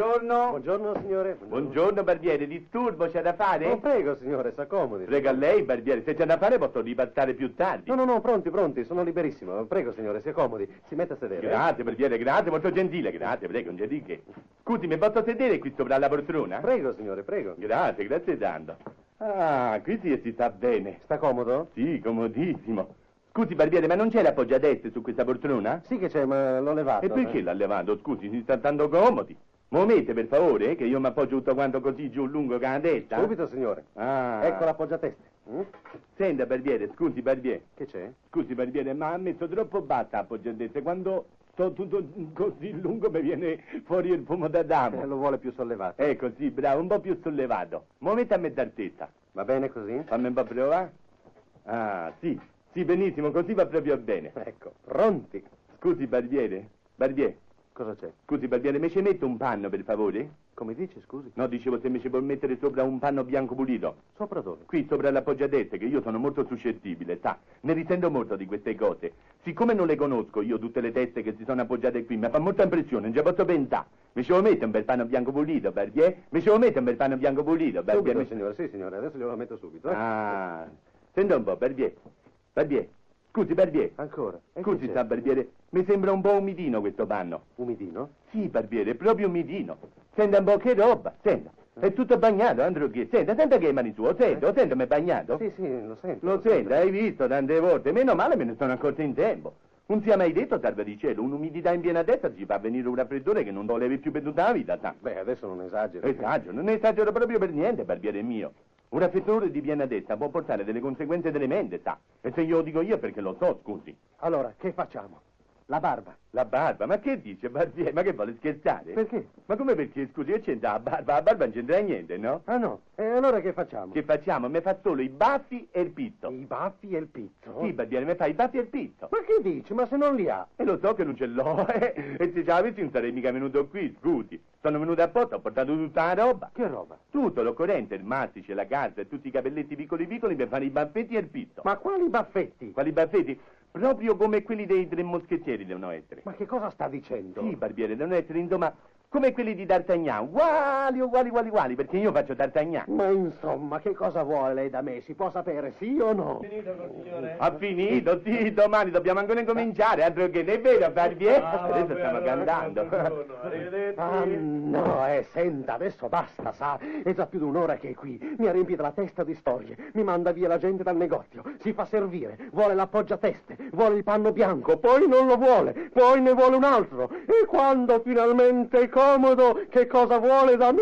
Buongiorno. Buongiorno signore. Buongiorno, barbiere, disturbo, c'è da fare? Oh, prego signore, s'accomodi. Prego a lei, barbiere, se c'è da fare posso ripartare più tardi. No, no, no, pronti, pronti, sono liberissimo. Prego signore, si accomodi, si metta a sedere. Grazie, barbiere, grazie, molto gentile, grazie, prego, non c'è di che. Scusi, mi posso sedere qui sopra la poltrona? Prego signore, prego. Grazie, grazie tanto. Ah, qui sì, si sta bene. Sta comodo? Sì, comodissimo. Scusi, barbiere, ma non c'è l'appoggiadeste su questa poltrona? Sì che c'è, ma l'ho levato. eh. E perché l'ha levato? Scusi, si sta tanto comodi. Momete, per favore, che io mi appoggio tutto quanto così giù lungo che la eh? testa. Subito signore. Ah. Ecco l'appoggiateste. Mm? Senta, barbiere, scusi, barbiere. Che c'è? Scusi, barbiere, ma ha messo troppo batta appoggiatezza. Quando sto tutto così lungo mi viene fuori il fumo Eh, d'Adamo. lo vuole più sollevato. Ecco, sì, bravo, un po' più sollevato. Muovete a metà testa. Va bene così? Fammi un po' provare. Ah, sì, sì, benissimo, così va proprio bene. Ecco, pronti. Scusi, barbiere. Barbiere, Cosa c'è? scusi, barbiere, mi ci metto un panno, per favore? Come dici, scusi? No, dicevo, se mi ci vuol mettere sopra un panno bianco pulito. Sopra dove? Qui sopra la poggiadetta, che io sono molto suscettibile, sa, ne risento molto di queste cose. Siccome non le conosco io tutte le teste che si sono appoggiate qui, mi fa molta impressione, non ci posso pensare. Mi ci vuole mettere un bel panno bianco pulito, Barbier? Mi ci vuole mettere un bel panno bianco pulito, Barbier? Subito Mi- signore, sì signore, adesso glielo metto subito. eh. Ah, senta un po', Barbier. Barbier, scusi, Barbier. Ancora. E Scusi, che sta c'è? Barbiere, mi sembra un po' umidino questo panno. Umidino? Sì, barbiere, proprio umidino. Senta un po' che roba, senta. È tutto bagnato, Andrew che. Senta, senta che è mani suo, senta, senta, mi è bagnato. Sì, sì, lo sento. Lo senta, hai visto tante volte. Meno male me ne sono accorto in tempo. Non sia mai detto, salve di cielo, un'umidità in piena testa ci fa venire un raffreddore che non volevi più per tutta la vita, sa. Beh, adesso non esagero. Esagero, non esagero proprio per niente, barbiere mio. Un raffreddore di piena testa può portare delle conseguenze tremende, sa. E se io lo dico io è perché lo so, scusi. Allora, che facciamo? La barba. La barba, ma che dice, barbiere? Ma che vuole scherzare? Perché? Ma come perché, scusi, che c'entra la barba? La barba non c'entra niente, no? Ah no, e allora che facciamo? Che facciamo? Mi fa solo i baffi e il pitto. I baffi e il pizzo? Sì, barbiere, mi fa i baffi e il pitto. Ma che dici? Ma se non li ha? E lo so che non ce l'ho, eh. E se ce l'avessi non sarei mica venuto qui, scusi. Sono venuto apposta, ho portato tutta la roba. Che roba? Tutto, l'occorrente, il mastice, la carta e tutti i capelletti piccoli piccoli per fare i baffetti e il pitto. Ma quali baffetti? Quali baffetti? Proprio come quelli dei tre moschettieri devono essere. Ma che cosa sta dicendo? Sì, barbiere, devono essere, insomma, come quelli di D'Artagnan. Uguali, uguali, uguali, uguali, perché io faccio D'Artagnan. Ma insomma, che cosa vuole lei da me? Si può sapere sì o no? Ha finito, sì, domani dobbiamo ancora incominciare, altro che ne vedo, Barbier. Ah, vabbè, Adesso stiamo allora, cantando. buongiorno, arrivederci. Ah, no, eh, senta, adesso basta, sa. È già più di un'ora che è qui. Mi ha riempito la testa di storie. Mi manda via la gente dal negozio. Si fa servire. Vuole l'appoggiateste. Vuole il panno bianco. Poi non lo vuole. Poi ne vuole un altro. E quando finalmente è comodo, che cosa vuole da me?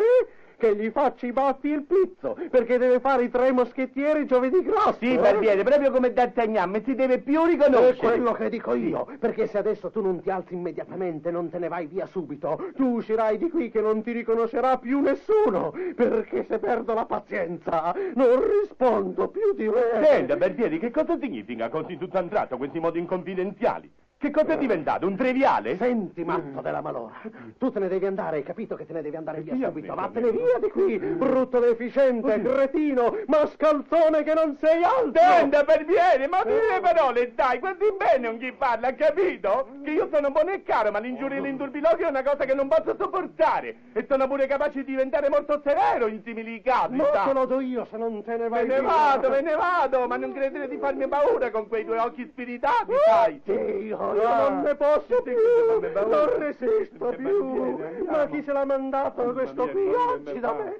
Che gli faccia i baffi e il pizzo. Perché deve fare i tre moschettieri giovedì grasso. Sì, eh? Barbiere, proprio come D'Artagnan, non si deve più riconoscere. È quello che dico io, perché se adesso tu non ti alzi immediatamente, non te ne vai via subito, tu uscirai di qui che non ti riconoscerà più nessuno, perché se perdo la pazienza non rispondo più di lei. Senta, Barbieri, che cosa significa così tutto un tratto questi modi inconfidenziali? Che cosa Eh. è diventato? Un triviale? Senti, matto della malora, tu te ne devi andare, hai capito che te ne devi andare via Via, subito, via, vattene via. via di qui, Mm. brutto deficiente, cretino, mascalzone che non sei altro! Senta, Barbiere, ma di Eh. le parole, dai, guardi bene con chi parla, ha capito? Che io sono buono e caro, ma l'ingiuria Oh. e l'inturbilogio è una cosa che non posso sopportare. E sono pure capace di diventare molto severo in simili casi, Ma sa? te lo do io se non te ne Me vai ne via! vado, me ne vado, ma non credere di farmi paura con quei due occhi Uh, spiritati, sai? Dio, io Ah, non ne posso sì, più, sì, sì, sì, non resisto sì, più. sì, sì, Ma chi se l'ha mandato questo mia, come mi qui oggi da fa? me?